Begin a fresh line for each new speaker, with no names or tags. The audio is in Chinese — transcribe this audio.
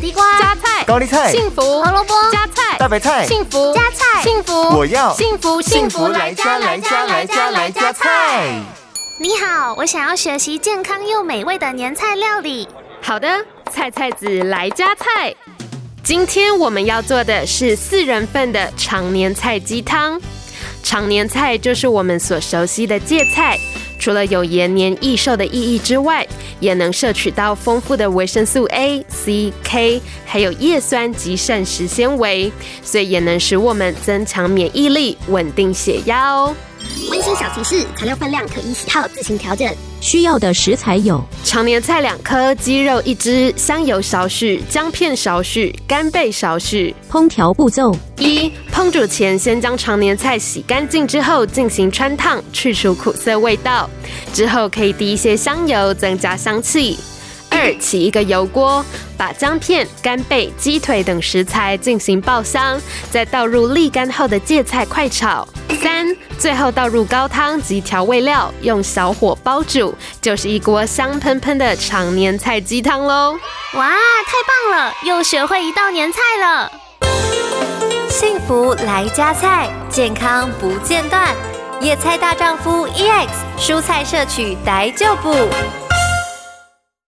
地瓜、
加菜、
高丽菜、
幸福、
胡萝卜、
加菜、
大白菜、
幸福、
加菜
幸福，
我要
幸福
幸福来家来家来家来家菜。
你好，我想要学习健康又美味的年菜料理。
好的，菜菜子来加菜。今天我们要做的是四人份的常年菜鸡汤。常年菜就是我们所熟悉的芥菜，除了有延年益寿的意义之外，也能摄取到丰富的维生素 A、C、K，还有叶酸及膳食纤维，所以也能使我们增强免疫力，稳定血压哦。
温馨小提示：材料分量可依喜好自行调整。
需要的食材有
常年菜两颗，鸡肉一只，香油少许，姜片少许，干贝少许。
烹调步骤。
一、烹煮前先将常年菜洗干净之后进行穿烫，去除苦涩味道。之后可以滴一些香油，增加香气。二、起一个油锅，把姜片、干贝、鸡腿等食材进行爆香，再倒入沥干后的芥菜快炒。三、最后倒入高汤及调味料，用小火煲煮，就是一锅香喷喷的常年菜鸡汤喽。
哇，太棒了，又学会一道年菜了。
幸福来加菜，健康 E 不间断。野菜大丈夫 EX，蔬菜摄取逮就补。